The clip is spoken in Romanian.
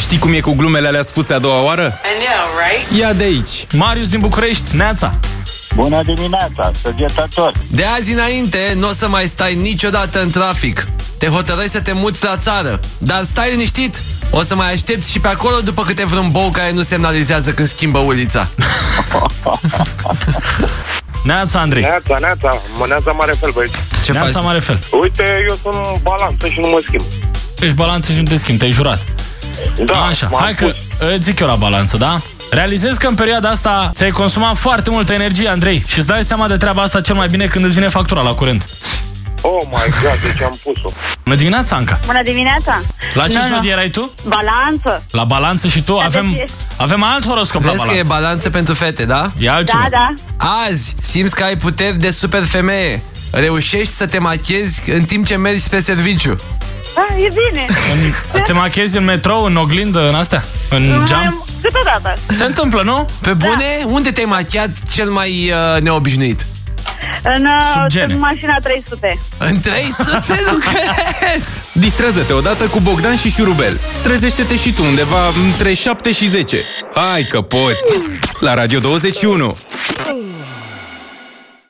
Știi cum e cu glumele alea spuse a doua oară? I know, right? Ia de aici! Marius din București, Neața. Bună dimineața, săgetător. De azi înainte nu o să mai stai niciodată în trafic. Te hotărăi să te muți la țară. Dar stai liniștit, o să mai aștepți și pe acolo după câte vreun bou care nu semnalizează când schimbă ulița. Neața, Andrei. Neața, neața, mă neața mare fel, băieți. Ce faci? Neața, mare fel. Uite, eu sunt balanță și nu mă schimb. Ești balanță și nu te schimbi, te-ai jurat. Da, Așa, m-am hai că pus. îți zic eu la balanță, da? Realizez că în perioada asta ți-ai consumat foarte multă energie, Andrei, și îți dai seama de treaba asta cel mai bine când îți vine factura la curent. Oh my god, deci am pus-o. Bună dimineața, Anca! Bună dimineața! La ce Nu, nu. zodie erai tu? Balanță! La balanță și tu? Avem, deci- avem alt horoscop la Vezi că e balanță. balanță pentru fete, da? E altceva. Da, da. Azi simți că ai puteri de super femeie. Reușești să te machezi în timp ce mergi spre serviciu. Ah, e bine! În- Te machezi în metrou, în oglindă, în astea? În geam? Mai- Câteodată. Se întâmplă, nu? Pe bune, unde te-ai machiat cel mai uh, neobișnuit? În, uh, Sub gene. în mașina 300. În 300, nu cred! Distrează-te odată cu Bogdan și Șurubel. Trezește-te și tu undeva între 7 și 10. Hai că poți! La Radio 21!